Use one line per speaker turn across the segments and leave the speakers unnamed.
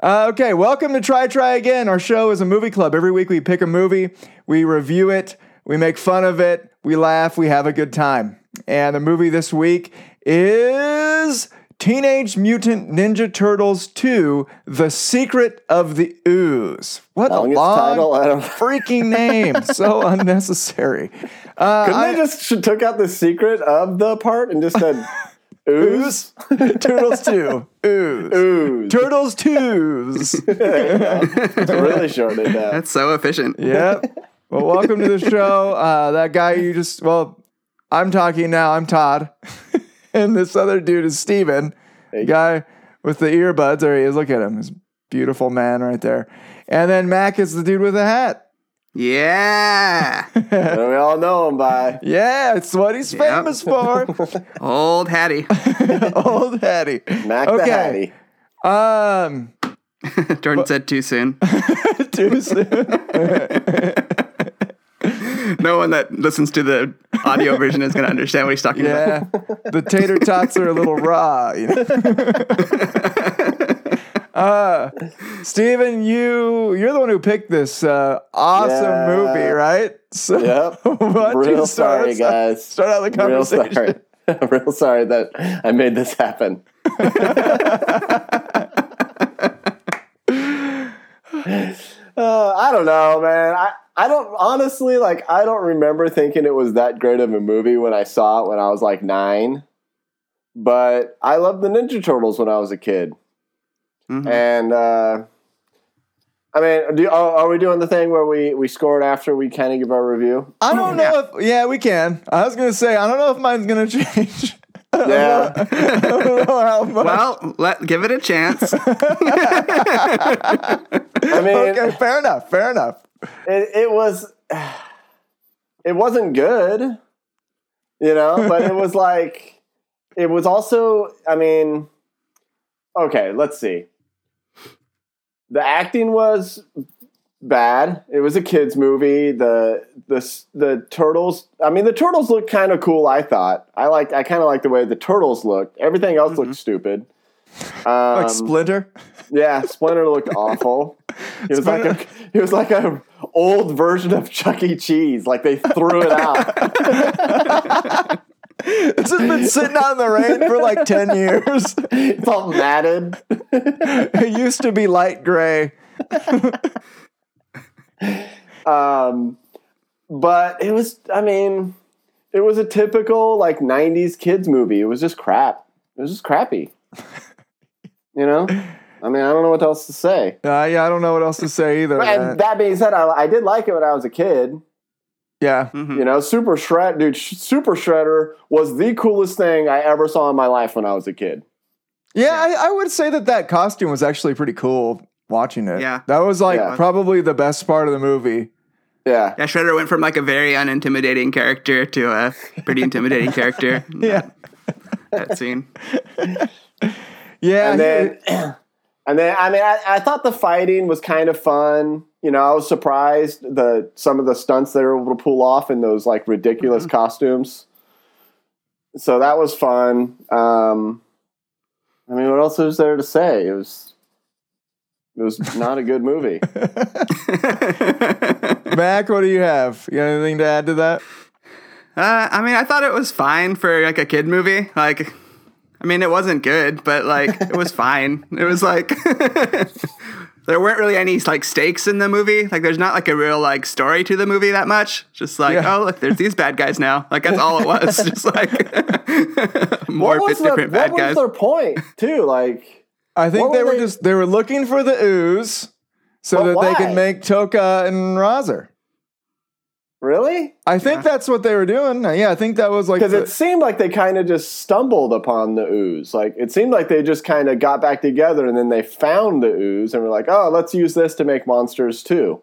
Uh, okay, welcome to Try Try Again. Our show is a movie club. Every week we pick a movie, we review it, we make fun of it, we laugh, we have a good time. And the movie this week is Teenage Mutant Ninja Turtles 2 The Secret of the Ooze. What a
Longest
long
title, I don't-
freaking name. so unnecessary. Uh,
Couldn't
I-
they just sh- took out the secret of the part and just said ooze?
Ooze? Turtles 2. Ooze.
Ooze.
Turtles 2s.
really short it down.
That's so efficient.
Yep. Well, welcome to the show. Uh, that guy you just, well, I'm talking now. I'm Todd. and this other dude is Steven. The guy with the earbuds. There he is. Look at him. He's a beautiful man right there. And then Mac is the dude with the hat.
Yeah.
And we all know him by.
Yeah, it's what he's famous for.
Old Hattie.
Old Hattie.
Mac the Hattie.
Um,
Jordan said too soon.
too soon.
No one that listens to the audio version is going to understand what he's talking about.
Yeah, the tater tots are a little raw. You know? uh, Steven, you you're the one who picked this uh, awesome
Yeah.
movie, right? So,
Yep.
What?
Real
You start
sorry,
us-
guys.
Start out the
Real
conversation.
sorry. Real sorry that I made this happen. Uh, I don't know, man. I, I don't honestly like. I don't remember thinking it was that great of a movie when I saw it when I was like nine. But I loved the Ninja Turtles when I was a kid,
Mhm.
and uh, I mean, do, oh, are, are we doing the thing where we we score it after we kind of give our review?
I don't know if yeah, we can. I was gonna say I don't know if mine's gonna change.
Yeah.
I don't know how much.
Well, let give it a chance.
I mean,
okay, fair enough. Fair enough.
it, it was it wasn't good you know but it was like it was also i mean okay let's see the acting was bad it was a kids movie the the the turtles i mean the turtles looked kind of cool i thought i like i kind of like the way the turtles looked everything else looked stupid um,
Mm-hmm. Like Splinter.
yeah, Splinter looked awful. He was like a he was like a old version of Chuck E. Cheese. Like they threw it out.
It's just been sitting out in the rain for like ten years.
It's all matted.
it used to be light gray.
Um, but it was. I mean, it was a typical like '90s kids movie. It was just crap. It was just crappy. You know. I mean, I don't know what else to say.
Uh, yeah, I don't know what else to say either. man.
And that being said, I, I did like it when I was a kid.
yeah,
You know, Super Shred, dude, Sh- Super Shredder was the coolest thing I ever saw in my life when I was a kid.
yeah, I, I would say that that costume was actually pretty cool. Watching it,
Yeah.
that was like
Yeah.
probably the best part of the movie.
Yeah.
Yeah, Shredder went from like a very unintimidating character to a pretty intimidating character. in
Yeah,
That, that scene.
yeah,
and
he-
then and then I mean I, I thought the fighting was kind of fun. You know, I was surprised the some of the stunts they were able to pull off in those like ridiculous
Mm-hmm.
costumes. So that was fun. Um, I mean, what else is there to say? It was it was not a good movie.
Mac, what do you have? You got anything to add to that?
Uh, I mean, I thought it was fine for like a kid movie. Like, I mean, it wasn't good, but like it was fine. It was like there weren't really any like stakes in the movie. Like, there's not like a real like story to the movie that much. Just like,
Yeah.
oh, look, there's these bad guys now. Like that's all it was. Just like more
What was, the,
different
what
bad
was
guys.
their point too? Like,
I think
What
they
were
were
they-
just they were looking for the ooze so
But
that they could
why?
make Toka and Razer.
really?
I think that's what they were doing. Uh, Yeah, I think that was like
Because
the-
it seemed like they kind of just stumbled upon the ooze. Like it seemed like they just kind of got back together and then they found the ooze and were like, "Oh, let's use this to make monsters too."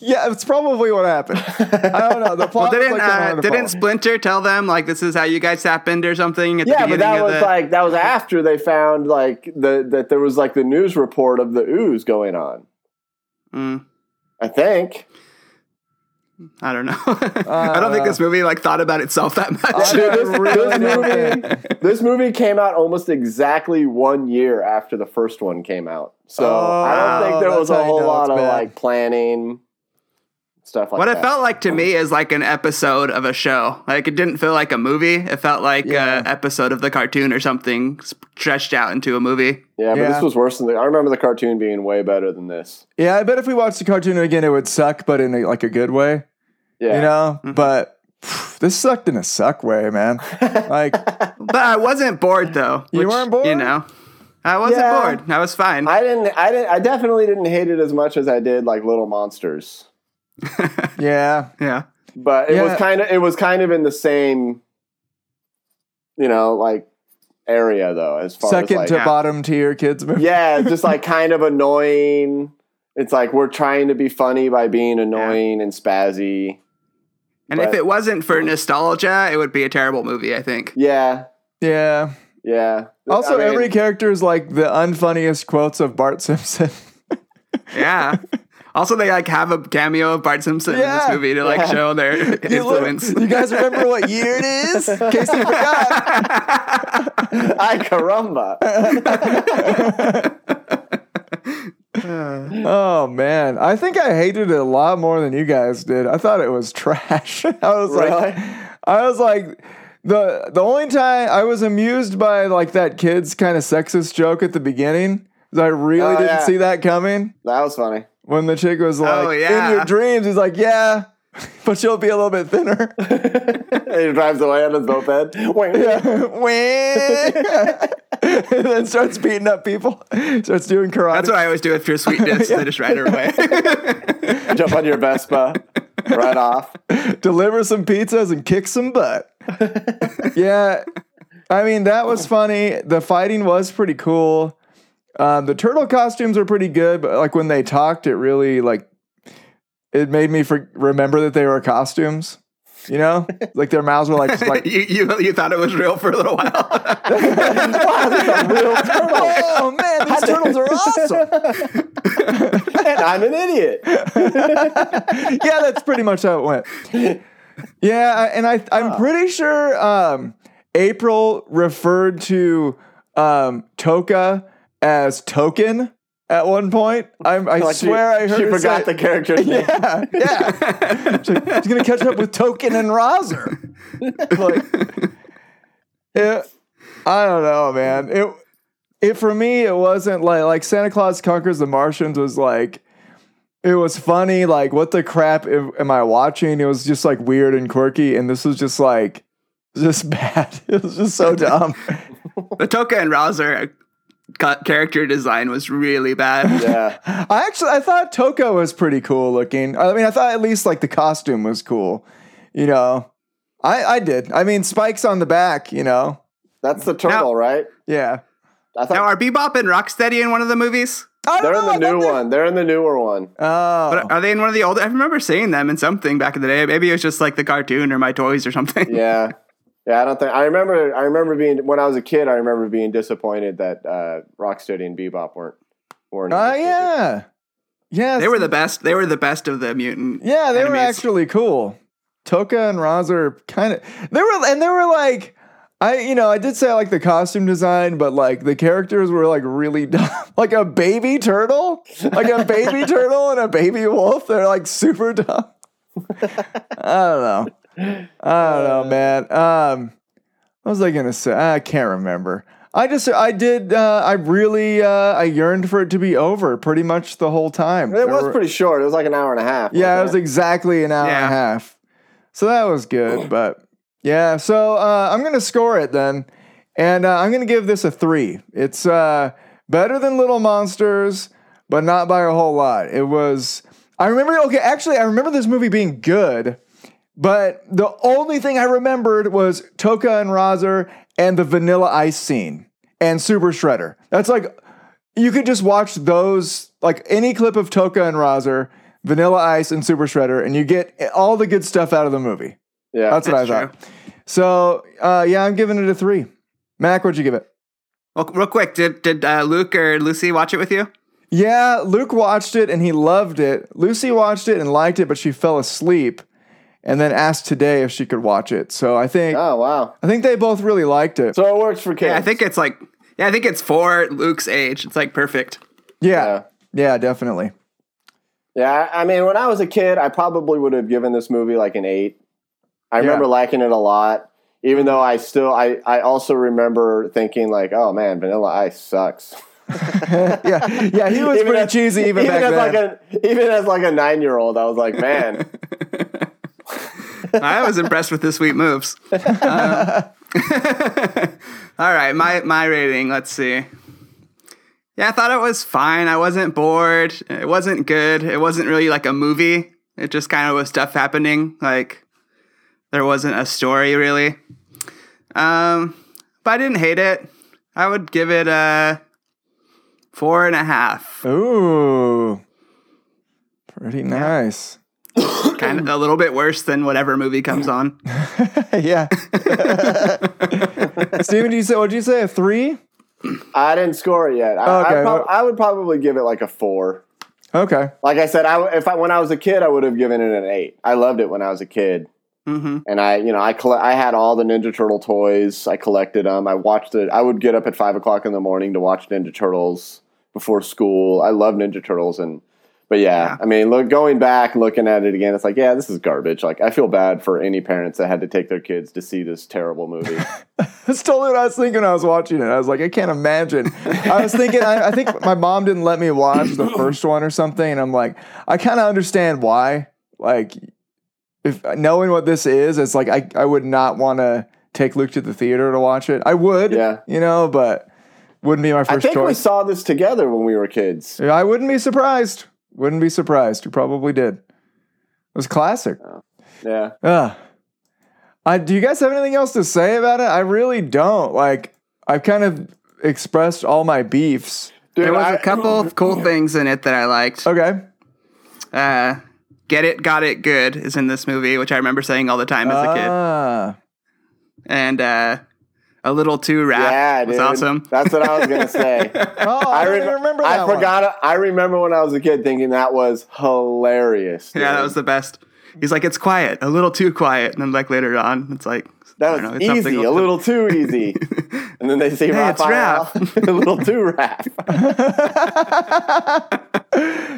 yeah, it's probably what happened. I don't know. The
Well,
plot was,
didn't
like, kinda
uh,
hard to
didn't
follow.
Splinter tell them like this is how you guys happened or something at the
Yeah, but
beginning
that
of
was
the?
like that was after they found like the that there was like the news report of the ooze going on.
Mm.
I think.
I don't know. I don't think
uh,
this movie like thought about itself that much.
Dude, this, this movie, this movie came out almost exactly one year after the first one came out. So
Oh,
I don't think there
that's
was a
how you
whole
know
lot
it's
of
bad.
like planning stuff like
what
that.
it felt like to me is like an episode of a show. Like it didn't feel like a movie. It felt like
Yeah.
an episode of the cartoon or something stretched out into a movie.
yeah, but
Yeah.
this was worse than the. I remember the cartoon being way better than this.
Yeah, I bet if we watched the cartoon again, it would suck, but in a, like a good way,
Yeah, Mm-hmm.
you know. But phew, this sucked in a suck way, man. Like,
But I wasn't bored though.
You weren't bored?
You know, I wasn't
Yeah.
bored. I was fine.
I didn't. I didn't. I definitely didn't hate it as much as I did like Little Monsters.
yeah,
yeah.
But it
Yeah.
was kind of. It was kind of in the same. You know, like area though, as far
second
as like, "Ah."
to
Yeah.
bottom tier kids movie.
yeah, it's just like kind of annoying. It's like we're trying to be funny by being annoying and spazzy.
And if
But-
it wasn't for nostalgia, it would be a terrible movie. I think.
Yeah,
yeah.
yeah.
Also,
I mean,
every character is like the unfunniest quotes of Bart Simpson.
Yeah. Also, they like have a cameo of Bart Simpson in this
Yeah.
movie to like
Yeah.
show their influence.
you guys remember what year it is? In case you forgot.
I caramba.
Oh man, I think I hated it a lot more than you guys did. I thought it was trash. I was
Really?
like, I was like, the the only time I was amused by like that kid's kind of sexist joke at the beginning. 'cause I really
Oh,
didn't
yeah.
see that coming
That was funny.
when the chick was like,
Oh, yeah.
"In your dreams," he's like, "Yeah, but she'll be a little bit thinner."
he drives away on his moped.
Yeah. Wah. and then starts beating up people. Starts doing karate.
That's what I always do after a sweet diss. I just ride her away.
Jump on your Vespa, right off.
deliver some pizzas and kick some butt. yeah. I mean, that was funny. The fighting was pretty cool. Um, the turtle costumes were pretty good, but like when they talked, it really like it made me for- remember that they were costumes. You know, like their mouths were like just like
you, you you thought it was real for a little while.
Wow, this is a real turtle.
oh man, these turtles are awesome.
And I'm an idiot.
yeah, that's pretty much how it went. Yeah, I- and I I'm pretty sure um, April referred to um, Toka as token at one point. I'm, I
Like she-
swear I heard
she
her
forgot
say-
the character. name.
yeah, yeah. She's like, He's gonna catch up with Token and Roser. Like, it, I don't know, man. It, it for me, it wasn't like like Santa Claus conquers the Martians was like, it was funny. Like, what the crap am, am I watching? It was just like weird and quirky, and this was just like just bad. It was just so dumb.
the Toka and Rouser ca- character design was really bad.
Yeah.
I actually I thought Toka was pretty cool looking. I mean, I thought at least like the costume was cool. You know, I I did. I mean, spikes on the back. You know,
That's the turtle,
Now-
right?
yeah.
I
Now,
thought
are Bebop and Rocksteady in one of the movies?
I
they're
don't
in the
know, I
new
thought
one. They're in the newer one.
they- Oh,
But are they in one of the older? I remember seeing them in something back in the day. Maybe it was just like the cartoon or my toys or something.
Yeah. Yeah, I don't think I remember. I remember being when I was a kid. I remember being disappointed that uh, Rocksteady and Bebop weren't. weren't
oh
included.
yeah, yes.
They were the best. They were the best of the mutant.
yeah. They were
enemies.
actually cool. Toka and Razer kind of they were and they were like. I you know I did say I like the costume design, but like the characters were like really dumb, like a baby turtle, like a baby turtle and a baby wolf. They're like super dumb. I don't know. I don't
Uh.
know, man. Um, what was I gonna say? I can't remember. I just I did uh, I really uh, I yearned for it to be over pretty much the whole time.
It was
There-
pretty short. It was like an hour and a half.
yeah, it was
wasn't
exactly an hour and a
Yeah.
half. So that was good, but yeah. So uh, I'm gonna score it then, and uh, I'm gonna give this a three. It's uh, better than Little Monsters, but not by a whole lot. It was. I remember. Okay, actually, I remember this movie being good, but the only thing I remembered was Toka and Razer and the Vanilla Ice scene and Super Shredder. That's like you could just watch those like any clip of Toka and Razer, Vanilla Ice, and Super Shredder, and you get all the good stuff out of the movie.
Yeah.
That's, what I
That's
thought. So uh, yeah, I'm giving it a three. Mac, what'd you give it?
Well, real quick, did did uh, Luke or Lucy watch it with you?
Yeah, Luke watched it and he loved it. Lucy watched it and liked it, but she fell asleep and then asked today if she could watch it. So I think
Oh wow!
I think they both really liked it.
So it works for kids.
I think it's like yeah, I think it's for Luke's age. It's like perfect.
yeah. Yeah, definitely.
Yeah, I- I mean, when I was a kid, I probably would have given this movie like an eight. I remember liking it a lot, even though I still, I, I also remember thinking like, oh man, Vanilla Ice sucks.
yeah, yeah, he was pretty
as-
cheesy even, back
as
then.
like a, even as like a nine year old, I was like, man,
I was impressed with the sweet moves. Um, all right, my my rating. Let's see. Yeah, I thought it was fine. I wasn't bored. It wasn't good. It wasn't really like a movie. It just kind of was stuff happening. Like there wasn't a story really. Um, but I didn't hate it. I would give it a four and a half.
Ooh. Pretty nice.
Kind of a little bit worse than whatever movie comes on.
yeah. Steven, do you say what did you say? A three?
I didn't score it yet. I,
Okay,
I,
well-
prob- I would probably give it like a four.
Okay.
Like I said, I w if I when I was a kid, I would have given it an eight. I loved it when I was a kid.
Mm-hmm.
and I, you know, I colle- I had all the Ninja Turtle toys. I collected them. I watched it. I would get up at five o'clock in the morning to watch Ninja Turtles before school. I love Ninja Turtles, and but yeah, I mean, look, going back looking at it again, it's like, yeah, this is garbage. Like, I feel bad for any parents that had to take their kids to see this terrible movie.
That's totally what I was thinking when I was watching it. I was like, I can't imagine. I was thinking, I, I think my mom didn't let me watch the first one or something. And I'm like, I kind of understand why. Like, if knowing what this is, it's like I, I would not want to take Luke to the theater to watch it. I would,
Yeah.
you know, but wouldn't be my
I
first
think we
choice.
saw this together when we were kids.
Yeah, I wouldn't be surprised. Wouldn't be surprised. You probably did. It was classic.
Yeah,
Ugh. I, do you guys have anything else to say about it? I really don't. Like, I've kind of expressed all my beefs.
dude,
There was
I-
a couple of cool things in it that I liked.
Okay.
uh, Get It, Got It, Good is in this movie, which I remember saying all the time as a kid.
Ah.
And uh, A Little Too Rap
Yeah,
was
dude.
awesome.
That's what I was gonna say.
Oh, I, don't
rem-
even remember
I
that one.
forgot. I remember when I was a kid thinking that was hilarious.
Yeah, that
dude.
was the best. He's like, it's quiet, a little too quiet. And then, like, later on, it's like, I
That
don't
was
know, it's something
easy, a little too easy. and then they say
Hey, it's
Raphael, a little too rap.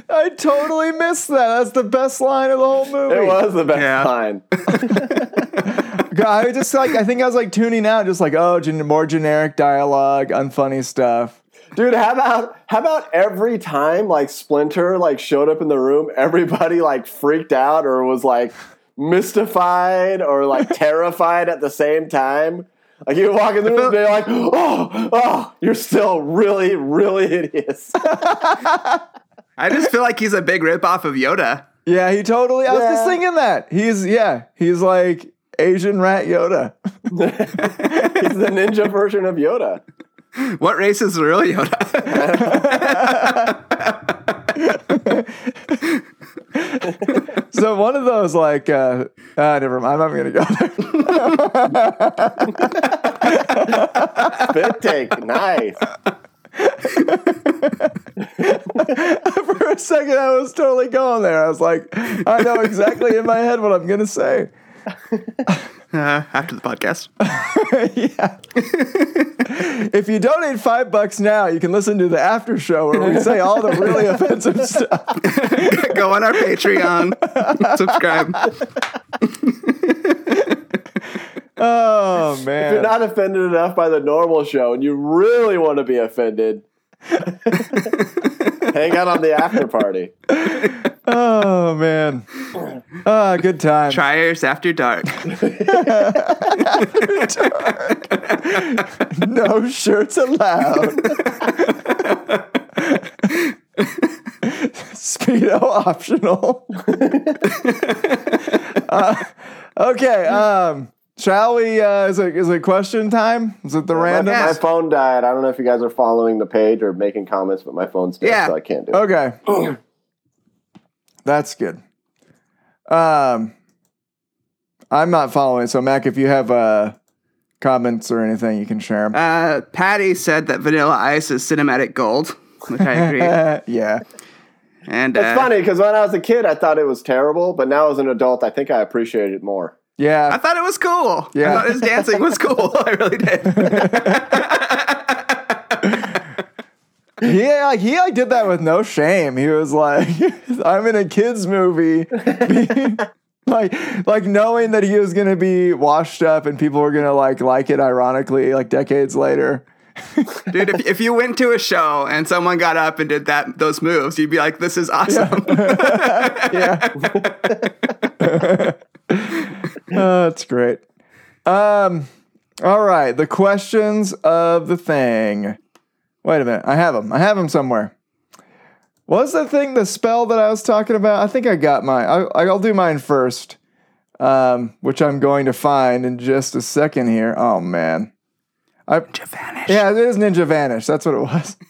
I totally missed that. That's the best line of the whole movie.
It was the best
Yeah.
line.
God, I was just like, I think I was like tuning out, just like, oh, gen- more generic dialogue, unfunny stuff.
Dude, how about how about every time like Splinter like showed up in the room, everybody like freaked out or was like mystified or like terrified at the same time? Like you walk in the room,
felt-
they're like, "Oh, oh, you're still really, really hideous."
I just feel like he's a big ripoff of Yoda.
Yeah, he totally. I was just
Yeah.
thinking that. He's, yeah, he's like Asian rat Yoda.
He's the ninja version of Yoda.
What race is real Yoda?
So one of those like uh, uh never mind, I'm not gonna go there.
Spit take, nice.
For a second I was totally going there. I was like, I know exactly in my head what I'm gonna say.
Uh, after the podcast.
yeah. if you donate five bucks now, you can listen to the after show where we say all the really offensive stuff.
Go on our Patreon, subscribe.
Oh man.
You're not offended enough by the normal show, and you really want to be offended. Hang out on the after party.
oh man. Ah, good time.
Triers After Dark.
No shirts allowed. Speedo optional. Uh, okay. Um, shall we? Uh, is it is it question time? Is it the random?
My, my
Yes.
phone died. I don't know if you guys are following the page or making comments, but my phone's dead,
Yeah.
so I can't do it.
Okay. That's good. Um, I'm not following. So Mac, if you have uh, comments or anything, you can share them.
Uh, Patty said that Vanilla Ice is cinematic gold. which I agree.
yeah.
And uh,
It's funny because when I was a kid, I thought it was terrible, but now as an adult, I think I appreciate it more.
Yeah.
I thought it was cool.
Yeah.
I thought his dancing was cool. I really did.
Yeah, like he like did that with no shame. He was like, "I'm in a kids movie," like like knowing that he was gonna be washed up and people were gonna like like it. Ironically, like decades later.
Dude, if, if you went to a show and someone got up and did that those moves, you'd be like, "This is awesome."
Yeah, Oh, that's great. Um, all right, the questions of the thing. Wait a minute, I have them. I have them somewhere. Was the thing the spell that I was talking about? I think I got mine. I, I'll do mine first, um, which I'm going to find in just a second here. Oh man, I,
Vanish.
yeah, it is Ninja Vanish. That's what it was.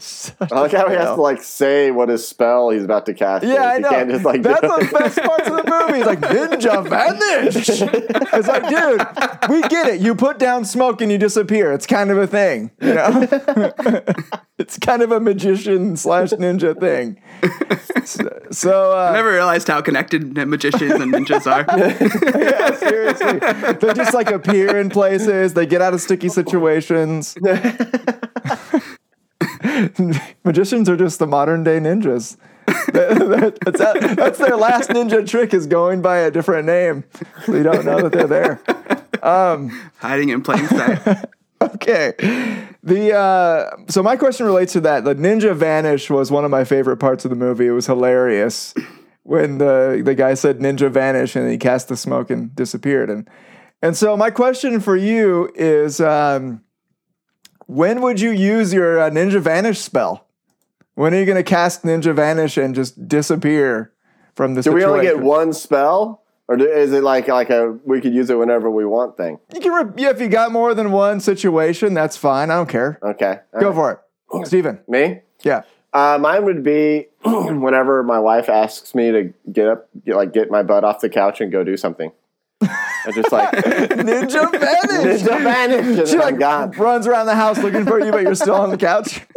Such
I like how he has
Yeah.
to like say what his spell he's about to cast. is.
yeah, I
he
know.
Can't just like
That's
do
one of the best parts of the movie. It's like ninja vanish. It's like, dude, we get it. You put down smoke and you disappear. It's kind of a thing, you know. it's kind of a magician slash ninja thing. So, so,
I
uh,
never realized how connected magicians and ninjas are.
yeah, seriously, they just like appear in places. They get out of sticky situations. Magicians are just the modern day ninjas. That- that's, that- that's their last ninja trick is going by a different name. So you don't know that they're there.
Hiding in plain sight.
Okay. The uh, so my question relates to that. The ninja vanish was one of my favorite parts of the movie. It was hilarious when the the guy said ninja vanish and he cast the smoke and disappeared. And and so my question for you is, um, when would you use your uh, ninja vanish spell? When are you going to cast ninja vanish and just disappear from the
Do we
situation?
only get one spell, or do, is it like like a we could use it whenever we want thing?
You can re- yeah, if you got more than one situation, that's fine. I don't care.
Okay, all
Go
right.
for it, Steven.
me.
Yeah.
Uh, mine would be whenever my wife asks me to get up, get, like get my butt off the couch and go do something. I just like
Ninja vanish.
ninja vanish, and
She
then I'm
like
gone.
runs around the house looking for you, but you're still on the couch.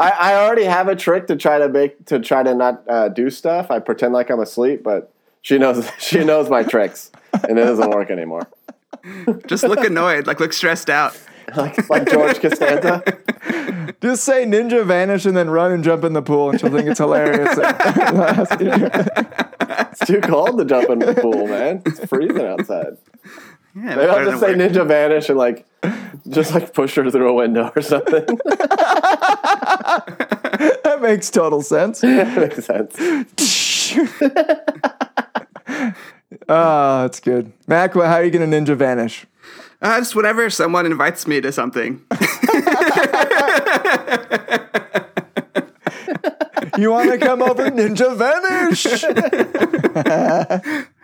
I, I already have a trick to try to make to try to not uh, do stuff. I pretend like I'm asleep, but she knows she knows my tricks, and it doesn't work anymore.
Just look annoyed, like look stressed out.
Like like George Costanza.
Just say ninja vanish and then run and jump in the pool, and she'll think it's hilarious.
It's too cold to jump in the pool, man. It's freezing outside.
Yeah,
Maybe I'll
better
just say
than work.
ninja vanish and like just like push her through a window or something.
that makes total sense.
that makes sense.
Ah, that's good. Mac, wha- how are you gonna ninja vanish?
Uh, just whenever someone invites me to something.
You want to come over, ninja vanish?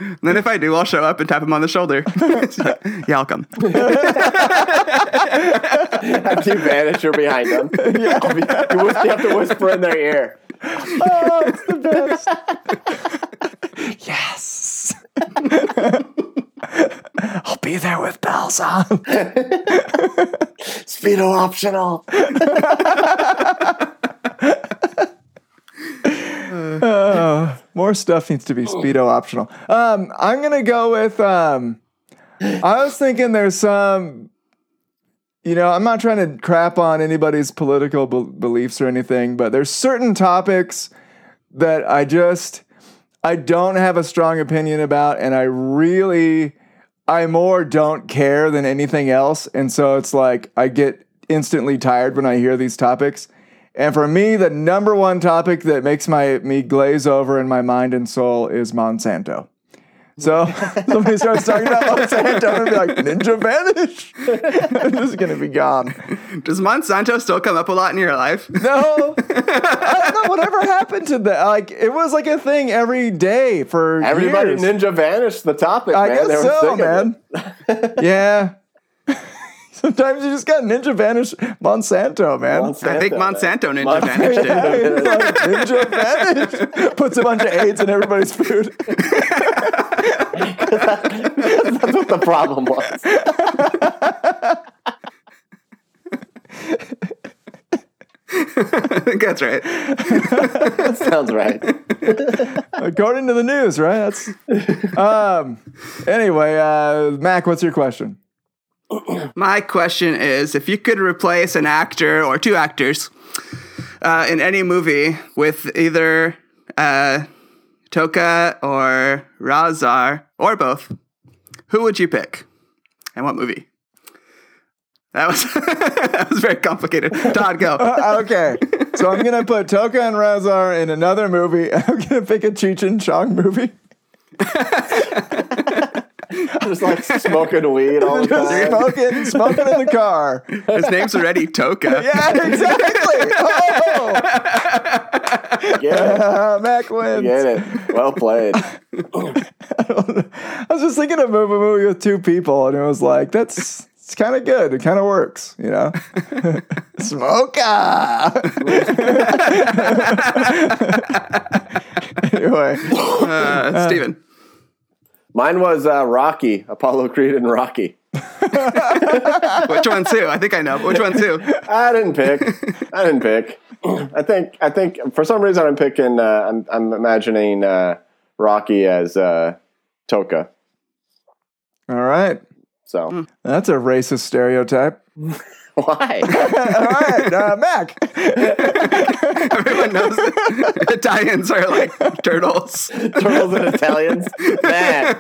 And then if I do, I'll show up and tap him on the shoulder. yeah, I'll come.
Have you vanish, you're behind them. You whisper- you have to whisper in their ear.
Oh, it's the best. yes. I'll be there with bells on.
Speedo optional.
More stuff needs to be speedo optional. Um, I'm gonna go with. Um, I was thinking there's some. You know, I'm not trying to crap on anybody's political bel beliefs or anything, but there's certain topics that I just I don't have a strong opinion about, and I really I more don't care than anything else, and so it's like I get instantly tired when I hear these topics. And for me, the number one topic that makes my me glaze over in my mind and soul is Monsanto. So somebody starts talking about Monsanto, I'm gonna be like, Ninja Vanish. this is gonna be gone.
Does Monsanto still come up a lot in your life?
No, I don't know whatever happened to that. Like it was like a thing every day for
Everybody
years.
ninja vanished the topic,
I
man. They
guess
were
so,
sick of
man.
it.
yeah. Sometimes you just got Ninja Vanish Monsanto, man.
I think
man.
Monsanto Ninja Vanish did.
Yeah, it's like Ninja Vanish puts a bunch of AIDS in everybody's food.
That's what the problem was.
I think that's right.
Sounds right.
According to the news, right? That's. Um. Anyway, uh, Mac, what's your question?
My question is if you could replace an actor or two actors uh, in any movie with either uh, Toka or Razar or both, who would you pick and what movie? That was that was very complicated. Todd, go.
Okay, so I'm gonna put Toka and Razar in another movie. I'm gonna pick a Cheech and Chong movie.
Just like smoking weed all the
Just
time.
smoking, smoking in the car.
His name's already Toka.
Yeah, exactly. Oh,
Get it.
uh, Mac wins.
Get it. Well played.
I was just thinking of a movie with two people, and it was like, that's it's kind of good. It kind of works, you know. Smoker. anyway,
Uh, Steven.
Mine was uh, Rocky, Apollo Creed and Rocky.
Which one too? I think I know. Which one too?
I didn't pick. I didn't pick. I think. I think for some reason I'm picking. Uh, I'm, I'm imagining uh, Rocky as uh, Toka.
all right.
So
That's a racist stereotype.
why?
All right, uh, Mac.
Everyone knows that Italians are like turtles.
Turtles and Italians. Man,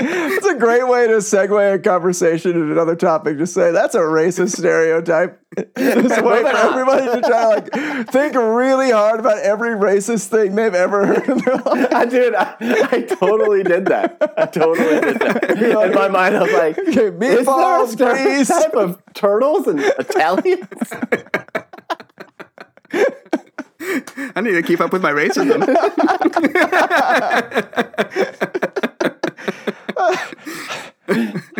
It's a great way to segue a conversation into another topic. Just say that's a racist stereotype. It's a way for everybody to try to like think really hard about every racist thing they've ever heard in their life.
I did. I, I totally did that. I totally did that. In my mind, I was like,
Okay,
"Is there a
meatballs,
different
grease.
type of turtles and Italians?"
I need to keep up with my racism.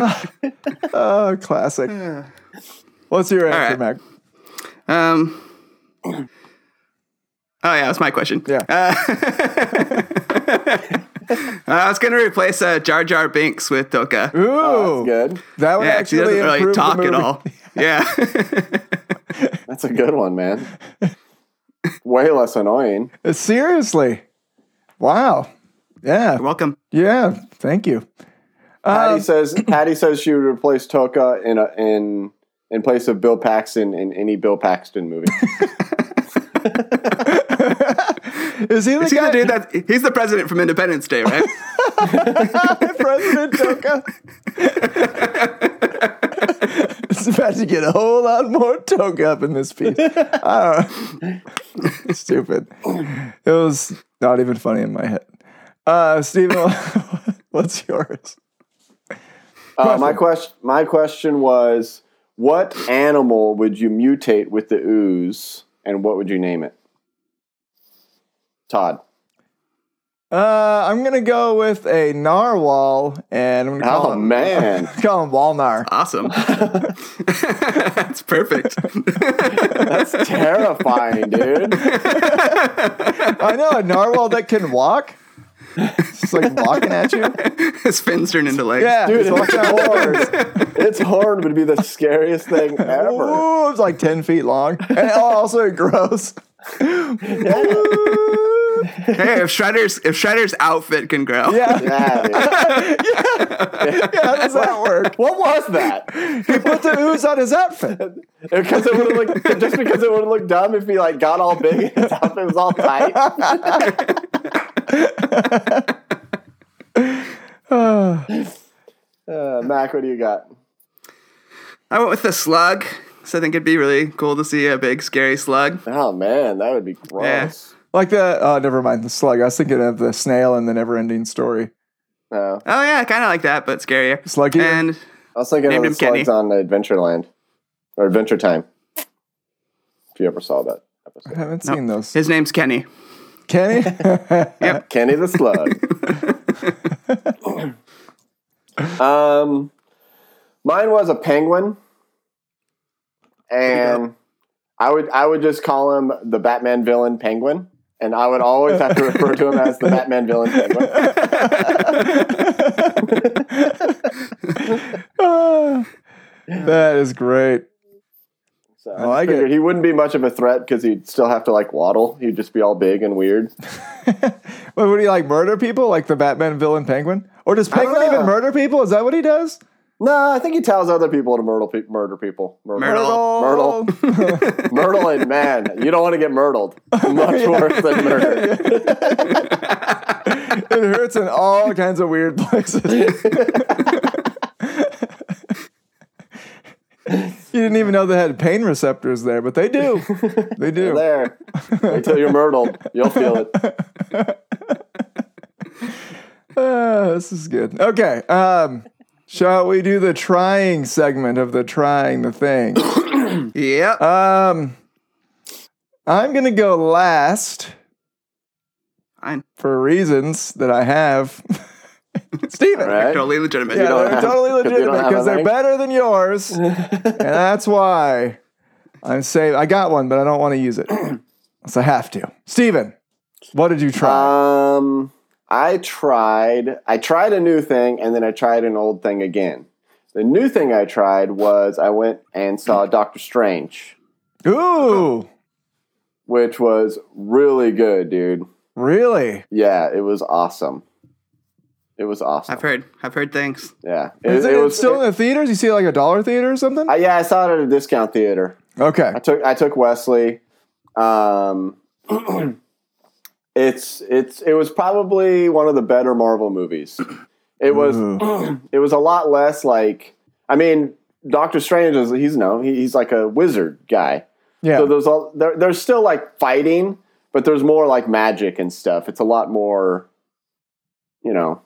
Oh, classic. What's your answer, Mac?
right. Um. Oh yeah, that's my question. Uh,
Yeah.
I was gonna replace uh, Jar Jar Binks with Toka.
Ooh,
That's good.
that would
Oh, yeah, she
actually
doesn't
improve
really
the
talk at
movie.
all. Yeah,
That's a good one, man. Way less annoying.
Uh, Seriously, wow. Yeah,
welcome.
yeah. Thank you.
Patty says Patty says she would replace Toka in a, in in place of Bill Paxton in any Bill Paxton movie.
Is he the
He's
guy
the dude that he's the president from Independence Day, right?
President Toka. it's about to get a whole lot more Toka up in this piece. I don't know. Stupid. It was not even funny in my head. Uh, Stephen, what's yours?
Uh, my question my question was what animal would you mutate with the ooze and what would you name it? Todd.
Uh, I'm gonna go with a narwhal, and I'm gonna call
Oh
him
man.
call him Walnar.
awesome. That's perfect.
Terrifying, dude.
I know a narwhal that can walk. It's just like walking at you.
His fins turned into legs.
Yeah,
Dude,
it's
its horn. Its horn would be the scariest thing ever.
Ooh, it's like 10 feet long. And also it grows. Ooh.
Hey, if Shredder's if Shredder's outfit can grow,
yeah, yeah,
Yeah, dude.
how does that work?
What was that?
He put the ooze on his outfit.
Because it would look just because it would look dumb if he like got all big and his outfit was all tight. uh, Mac, what do you got?
I went with the slug. So I think it'd be really cool to see a big scary slug.
Oh man, that would be gross.
Like the, oh, never mind, the slug. I was thinking of the snail in the never ending story.
No,
Oh yeah, kind of like that, but scarier.
Slug eater?
And
I was thinking of
Named him
the slugs
Kenny.
on Adventureland or Adventure Time. If you ever saw that
I
episode,
haven't
Nope.
seen those.
His name's Kenny.
Kenny?
Kenny the Slug. um, mine was a penguin, and I would I would just call him the Batman villain Penguin, and I would always have to refer to him as the Batman villain Penguin.
Ah, that is great.
So
I like
figured
it.
he wouldn't be much of a threat because he'd still have to like waddle. He'd just be all big and weird.
What would he like murder people like the Batman villain Penguin? Or does
don't
Penguin even
know.
murder people? Is that what he does?
No, I think he tells other people to murder, pe- murder people. Murder.
Myrtle.
Myrtle. Myrtle and man, you don't want to get myrtled. Much worse than murder.
it hurts in all kinds of weird places. you didn't even know they had pain receptors there, but they do. They do.
There. Until you're myrtled, you'll feel it.
Ah, this is good. Okay. Um, shall we do the trying segment of the trying the thing?
Yep.
Um, I'm gonna go last
Fine.
for reasons that I have. Steven.
All right.
Totally legitimate.
Yeah,
don't
they're
have-
totally
'cause you don't
legitimate
have
because
a
they're
mic?
better than yours, and that's why I'm saying I got one, but I don't want to use it, so I have to. Steven, what did you try?
Um, I tried. I tried a new thing, and then I tried an old thing again. The new thing I tried was I went and saw
Mm.
Doctor Strange, Uh,
Ooh,
which was really good, dude.
really?
Yeah, it was awesome. It was awesome.
I've heard. I've heard things.
yeah,
Is it, still in the theaters? You see it like a dollar theater or something?
I, yeah, I saw it at a discount theater.
okay,
I took I took Wesley. Um, it's it's it was probably one of the better Marvel movies. It was it was a lot less like I mean Doctor Strange is he's no he, he's like a wizard guy.
yeah.
So there's all there, there's still like fighting, but there's more like magic and stuff. It's a lot more, you know,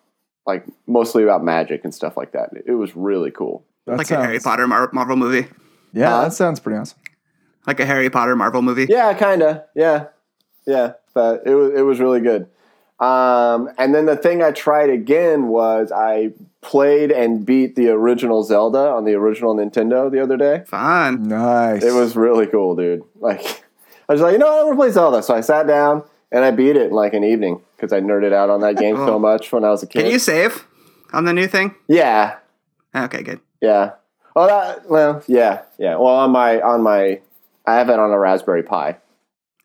like mostly about magic and stuff like that. It was really cool.
that
like
sounds-
a Harry Potter Mar- Marvel movie.
Yeah,
Huh?
that sounds pretty awesome.
Like a Harry Potter Marvel movie.
Yeah, kind of. Yeah, yeah. But it was it was really good. Um, and then the thing I tried again was I played and beat the original Zelda on the original Nintendo the other day.
Fun.
Nice.
It was really cool, dude. Like I was like, you know what, I want to play Zelda. So I sat down and I beat it in like an evening because I nerded out on that game so
Cool.
much when I was a kid.
Oh. Can you save on the new thing?
yeah,
Okay, good.
yeah. Well, that, well, yeah, yeah. Well, on my on my, I have it on a Raspberry Pi.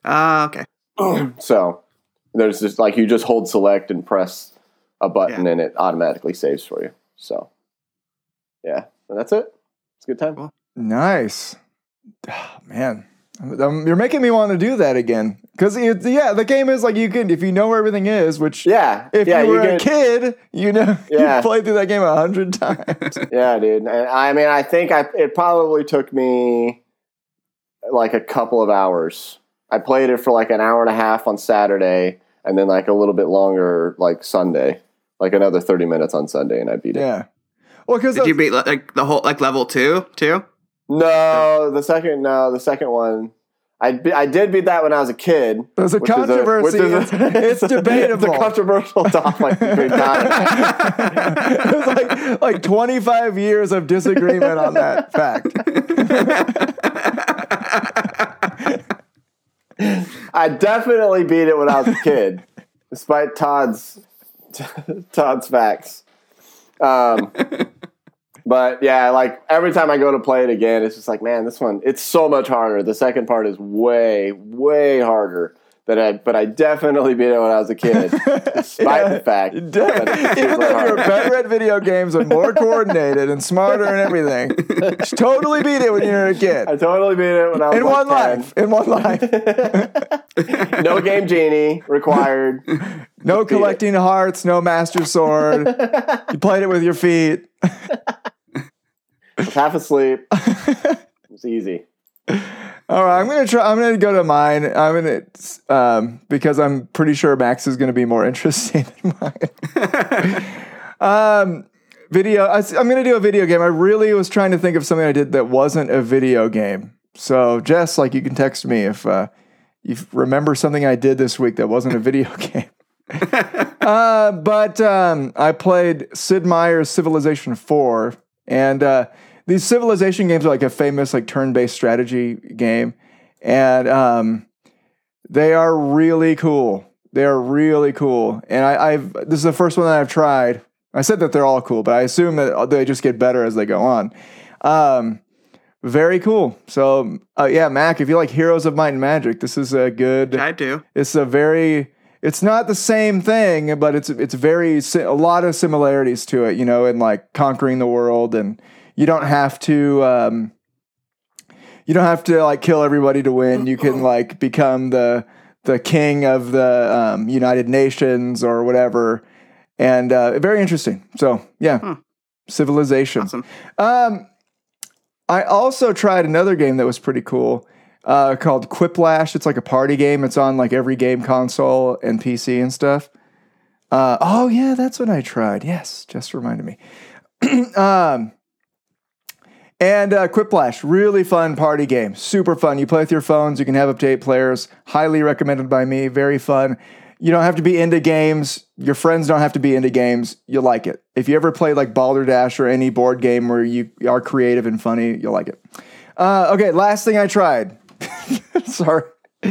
Uh, okay.
So there's just like you just hold select and press a button
Yeah.
and it automatically saves for you. So yeah, and that's it. It's a good time.
Cool.
Nice. Ah, man, Um, um, you're making me want to do that again. Because yeah, the game is like you can if you know where everything is, which
Yeah,
if
yeah,
you were
can-
a kid, you know
Yeah.
you played through that game a hundred times.
Yeah, dude. And I mean, I think I it probably took me like a couple of hours. I played it for like an hour and a half on Saturday, and then like a little bit longer like Sunday, like another thirty minutes on Sunday, and I beat it.
yeah. Well, because
Did you beat like the whole like level two too?
No, the second no, the second one. I, be- I did beat that when I was a kid.
There's a
which is which
controversy.
is a-
It's- it's debatable.
It's a controversial topic. between time.
there's like like 25 years of disagreement on that fact.
I definitely beat it when I was a kid, despite Todd's Todd's facts. Um, but yeah, like every time I go to play it again, it's just like, man, this one it's so much harder. The second part is way, way harder. That I, but I definitely beat it when I was a kid, despite the fact.
Even
that it's super
though your
hard.
better at video games and more coordinated and smarter and everything, you totally beat it when you were a kid.
I totally beat it when I was
In
like
one
10.
life, in one life,
No game genie required.
no collecting hearts, no master sword. You played it with your feet.
I was half asleep. It's easy.
All right, I'm gonna try. I'm gonna go to mine. I'm gonna um, because I'm pretty sure Max is gonna be more interesting than mine. um, video. I, am gonna do a video game. I really was trying to think of something I did that wasn't a video game. So Jess, like you can text me if uh, you f- remember something I did this week that wasn't a video game. uh, but um, I played Sid Meier's Civilization Four, and uh, these Civilization games are like a famous like turn-based strategy game, and um, they are really cool. They are really cool, and I, I've this is the first one that I've tried. I said that they're all cool, but I assume that they just get better as they go on. Um, Very cool. So uh, yeah, Mac, if you like Heroes of Might and Magic, this is a good.
I do.
It's a very. It's not the same thing, but it's it's very si- a lot of similarities to it. You know, in like conquering the world, and you don't have to. Um, you don't have to like kill everybody to win. You can like become the the king of the um, United Nations or whatever, and uh, very interesting. So yeah, civilization.
Awesome.
Um, I also tried another game that was pretty cool uh, called Quiplash. It's like a party game. It's on like every game console and PC and stuff. Uh, oh yeah, that's what I tried. Yes, just reminded me. um, and uh, Quiplash, really fun party game. Super fun. You play with your phones. You can have up to eight players. Highly recommended by me. Very fun. You don't have to be into games. Your friends don't have to be into games. You'll like it. If you ever play like Balderdash or any board game where you are creative and funny, you'll like it. Uh, okay, last thing I tried. Sorry. Uh,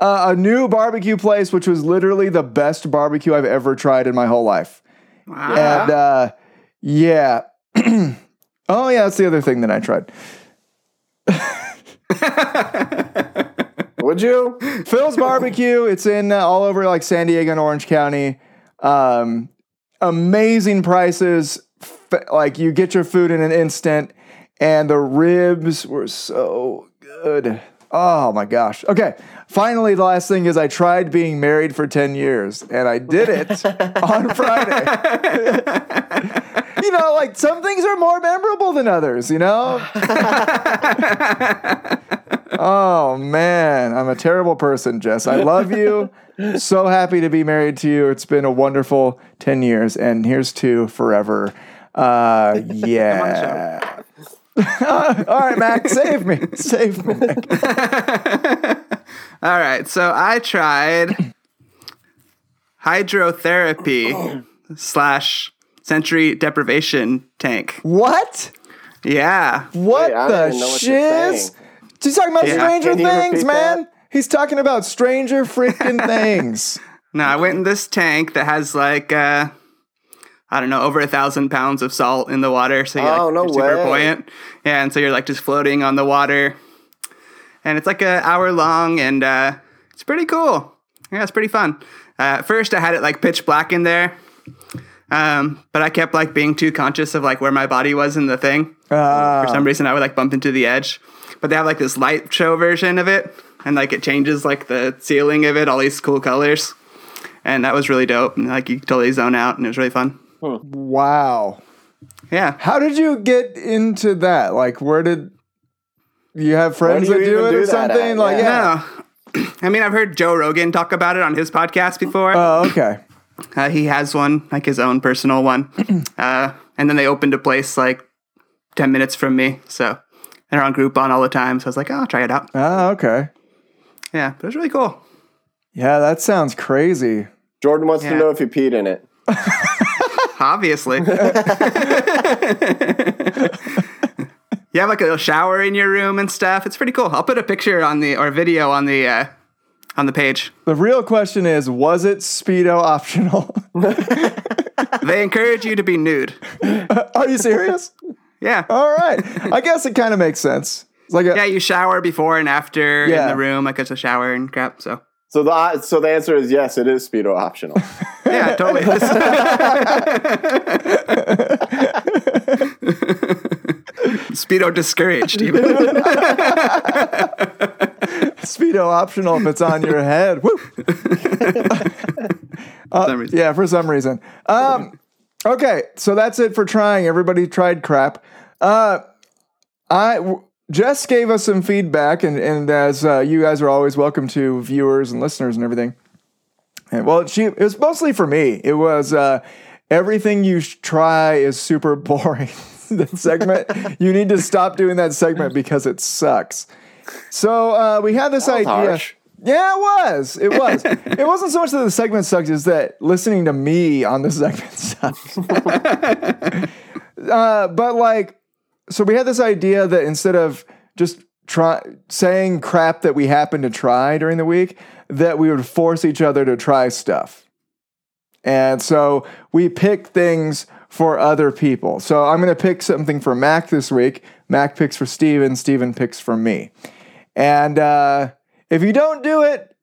a new barbecue place, which was literally the best barbecue I've ever tried in my whole life.
Wow.
And uh, yeah. oh, yeah, that's the other thing that I tried.
Would you?
Phil's Barbecue. It's in uh, all over like San Diego and Orange County. Um, amazing prices. F- like you get your food in an instant, and the ribs were so good. Oh my gosh. Okay. Finally, the last thing is I tried being married for 10 years and I did it on Friday. you know, like some things are more memorable than others, you know? Oh man, I'm a terrible person, Jess. I love you. so happy to be married to you. It's been a wonderful 10 years, and here's to forever. Uh, yeah. All right, Mac, save me. Save me. Mac.
All right, so I tried hydrotherapy slash sensory deprivation tank.
What?
Yeah,
What
Wait, I don't
the
even know what you're
shiz?
saying.
He's talking about
Yeah.
Stranger
Can you repeat
Things, man. He's talking about Stranger freaking Things.
no, I went in this tank that has like uh, I don't know over a thousand pounds of salt in the water, so you're, like,
Oh, no
you're super
way.
buoyant. Yeah, and so you're like just floating on the water, and it's like an hour long, and uh, it's pretty cool. Yeah, it's pretty fun. Uh, at first, I had it like pitch black in there. Um, but I kept like being too conscious of like where my body was in the thing.
Uh,
for
Ah.
some reason I would like bump into the edge. But they have like this light show version of it, and like it changes like the ceiling of it, all these cool colors, and that was really dope. And like you could totally zone out, and it was really fun.
wow.
Yeah,
How did you get into that? Like, where did you have friends
Where
that
do you
do
even
it
do
or
that
something?
at?
Like,
Yeah.
yeah.
no, I mean I've heard Joe Rogan talk about it on his podcast before.
Oh, okay.
Uh, he has one, like his own personal one, uh, and then they opened a place like ten minutes from me, so they're on Groupon all the time. So I was like, oh, I'll try it out.
Oh, okay.
Yeah, but it was really cool.
Yeah, that sounds crazy.
Jordan wants
Yeah.
to know if you peed in it.
Obviously. you have like a shower in your room and stuff. It's pretty cool. I'll put a picture on the or video on the uh, on the page.
The real question is, was it speedo optional?
They encourage you to be nude.
Are you serious?
Yeah.
All right. I guess it kind of makes sense. It's like, a,
Yeah, you shower before and after in
Yeah.
the room, like it's a shower and crap. So
So the uh, so the answer is yes. It is speedo optional.
yeah, totally. Speedo discouraged. Even.
speedo optional if it's on your head. Woo.
For some reason.
Yeah, for some reason. Um, okay, so that's it for trying. Everybody tried crap. Uh, I w- Jess gave us some feedback, and and as uh, you guys are always welcome to viewers and listeners and everything. And, well, she it was mostly for me. It was uh, everything you sh- try is super boring. that segment you need to stop doing that segment because it sucks. So uh, we had this
was
idea.
harsh.
Yeah, it was. It was. it wasn't so much that the segment sucks, is that listening to me on the segment sucks. uh, but like, so we had this idea that instead of just try saying crap that we happen to try during the week, that we would force each other to try stuff. And so we pick things for other people. So I'm going to pick something for Mac this week Mac picks for Steven, Steven picks for me. And uh, if you don't do it,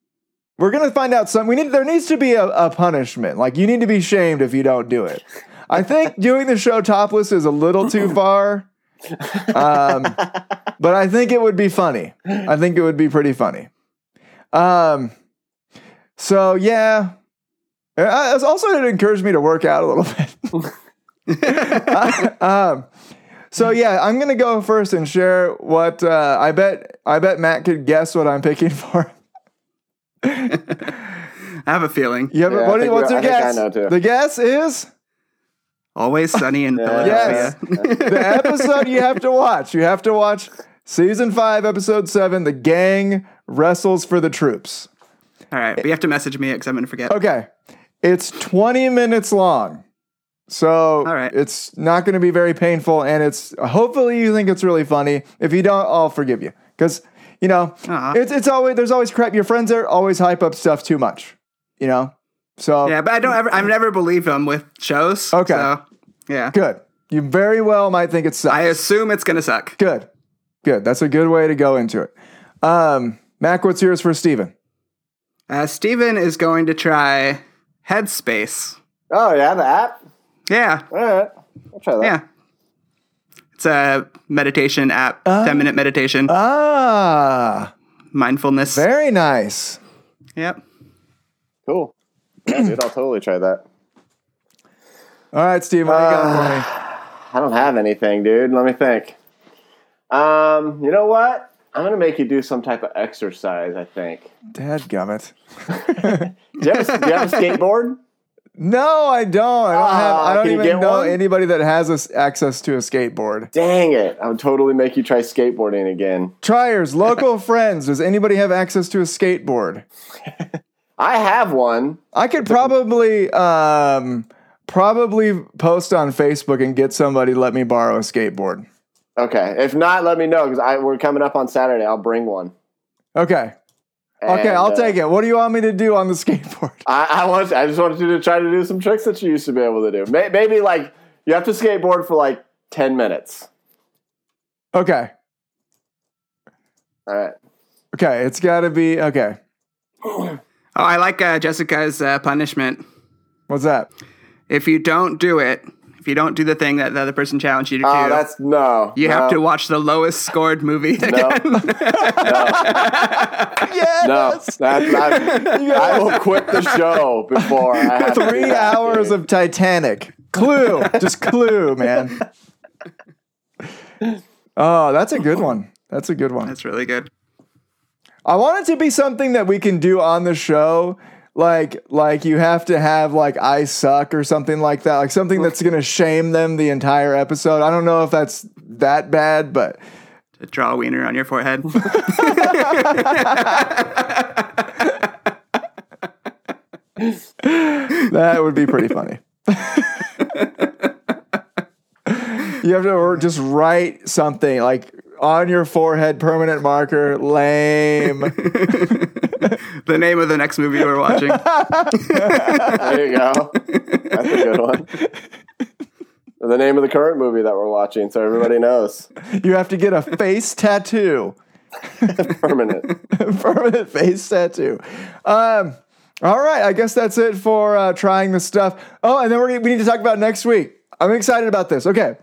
we're gonna find out some. We need there needs to be a, a punishment. Like you need to be shamed if you don't do it. I think doing the show topless is a little too far, um, but I think it would be funny. I think it would be pretty funny. Um, so yeah, Uh, it's also it encouraged me to work out a little bit. um, so yeah, I'm gonna go first and share what uh, I bet. I bet Matt could guess what I'm picking for.
I have a feeling.
Yeah, but
Yeah, I
what is,
think
what's
we-
your
I think I
guess?
know too.
The guess is
Always sunny in
Yes.
Philadelphia.
the episode you have to watch. You have to watch season five, episode seven. The gang wrestles for the troops.
All right, but you have to message me because I'm gonna forget.
Okay, it's 20 minutes long, so
All right.
it's not going to be very painful, and it's hopefully you think it's really funny. If you don't, I'll forgive you because you know
Aw.
it's it's always there's always crap. Your friends are always hype up stuff too much, you know. So
Yeah, but I don't ever. I've never believed them with shows.
Okay.
So, yeah.
good. You very well might think it sucks.
I assume it's gonna suck.
Good. Good. That's a good way to go into it. Um, Mac, what's yours for Steven?
Uh, Steven is going to try Headspace.
Oh yeah, the app.
Yeah,
All right, I'll try that.
yeah. It's a meditation app,
Oh.
ten minute meditation,
Ah,
mindfulness.
very nice.
Yep.
Cool. Yeah, dude, I'll totally try that.
All right, Steven, what you got
Ah.
for me?
I don't have anything, dude. Let me think. Um, you know what? I'm gonna make you do some type of exercise. I think.
Dad gummit.
Do you have a, do you have a skateboard?
No, I don't. I don't have.
Ah,
I don't
can you
even
get
know
one?
anybody that has us access to a skateboard.
Dang it! I would totally make you try skateboarding again.
Triers, local friends. Does anybody have access to a skateboard?
I have one.
I could probably, um, probably post on Facebook and get somebody to let me borrow a skateboard.
Okay. If not, let me know because I we're coming up on Saturday. I'll bring one.
Okay. Okay,
And,
I'll
uh,
take it. What do you want me to do on the skateboard?
I, I want. I just wanted you to try to do some tricks that you used to be able to do. May, maybe like you have to skateboard for like ten minutes.
Okay.
All right.
Okay, it's got to be okay.
Oh, I like uh, Jessica's uh, punishment.
What's that?
If you don't do it, if you don't do the thing that the other person challenged you to do,
Oh, that's no.
you
no,
have to watch the lowest scored movie. again.
Yeah,
No, that's, I'm- I will quit the show before I have to do
three
that,
hours
dude.
of Titanic. Clue, just Clue, man. Oh, that's a good one. That's a good one.
That's really good.
I want it to be something that we can do on the show. Like, like you have to have like I suck or something like that. Like something that's gonna shame them the entire episode. I don't know if that's that bad, but
To draw a wiener on your forehead.
That would be pretty funny. you have to or just write something like on your forehead, permanent marker, lame.
the name of the next movie we're watching.
There you go. That's a good one. The name of the current movie that we're watching, so everybody knows.
you have to get a face tattoo,
Permanent.
permanent face tattoo. Um, all right, I guess that's it for uh, trying the stuff. Oh, and then we're, gonna- we need to talk about next week. I'm excited about this. Okay.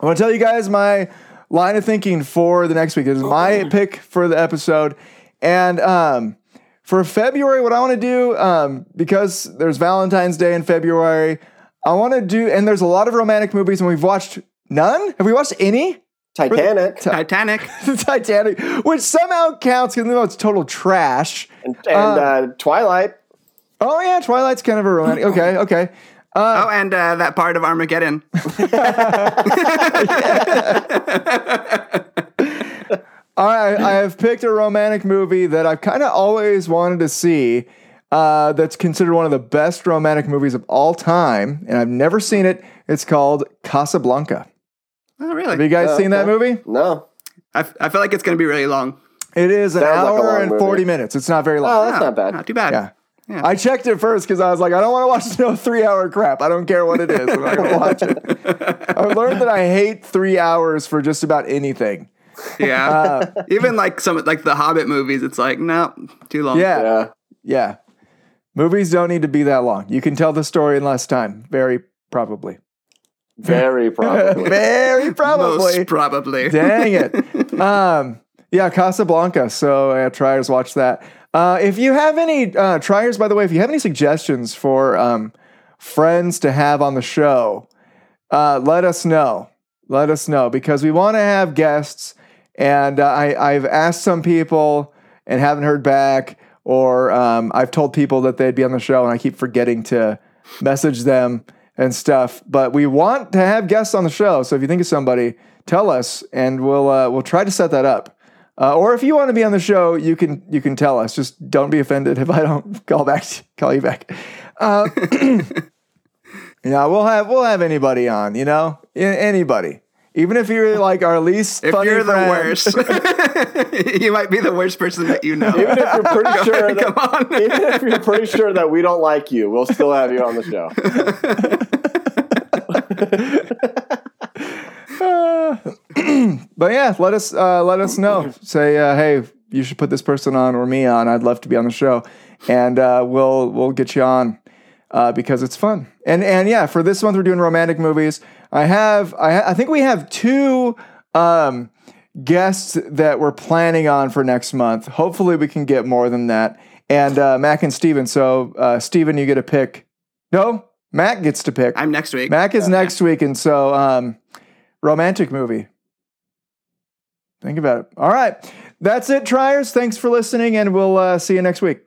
I want to tell you guys my line of thinking for the next week. This is my pick for the episode. And um, for February, what I want to do, um, because there's Valentine's Day in February, I want to do, and there's a lot of romantic movies, and we've watched none. Have we watched any?
Titanic and,
Titanic.
Titanic, which somehow counts, even though it's total trash.
and uh, Twilight.
Oh, yeah, Twilight's kind of a romantic. Okay, okay.
Oh, and uh, that part of Armageddon.
All right, I have picked a romantic movie that I've kind of always wanted to see. Uh, that's considered one of the best romantic movies of all time, and I've never seen it. It's called Casablanca.
Oh,
Have you
really?
guys seen that movie?
No.
I, f- I feel like it's going to be really long.
It is an
Sounds like a
hour
long
and
movie.
forty minutes. It's not very long.
Oh, that's not bad.
Not too bad.
yeah.
Yeah.
I checked it first because I was like, I don't want to watch no three hour crap. I don't care what it is. I'm not gonna watch it. I learned that I hate three hours for just about anything.
yeah.
Uh,
Even like some like the Hobbit movies, it's like no, too long.
Yeah, yeah.
Yeah.
Movies don't need to be that long. You can tell the story in less time. Very probably.
Very probably.
Very probably.
most probably.
Dang it. Um, yeah, Casablanca. So uh, triers, watch that. Uh, if you have any uh, triers, by the way, if you have any suggestions for um, friends to have on the show, uh, let us know. Let us know because we want to have guests. And uh, I, I've asked some people and haven't heard back, or um, I've told people that they'd be on the show, and I keep forgetting to message them and stuff. But we want to have guests on the show, so if you think of somebody, tell us, and we'll uh, we'll try to set that up. Uh, or if you want to be on the show, you can you can tell us. Just don't be offended if I don't call back call you back. Uh, yeah, we'll have we'll have anybody on. You know, A- anybody, even if you're like our least.
If
funny
you're the
friend.
worst, you might be the worst person that you know.
Even if you're pretty sure
Come
that,
on.
even if you're pretty sure that we don't like you, we'll still have you on the show.
But yeah, let us uh, let us know. Say, uh, hey, you should put this person on or me on. I'd love to be on the show, and uh, we'll we'll get you on uh, because it's fun. And and yeah, for this month we're doing romantic movies. I have I, ha- I think we have two um, guests that we're planning on for next month. Hopefully, we can get more than that. And uh, Mac and Steven. So uh, Steven, you get a pick. No, Mac gets to pick.
I'm next week.
Mac is next week, and so um, romantic movie. Think about it. All right, that's it, Triers. Thanks for listening, and we'll uh, see you next week.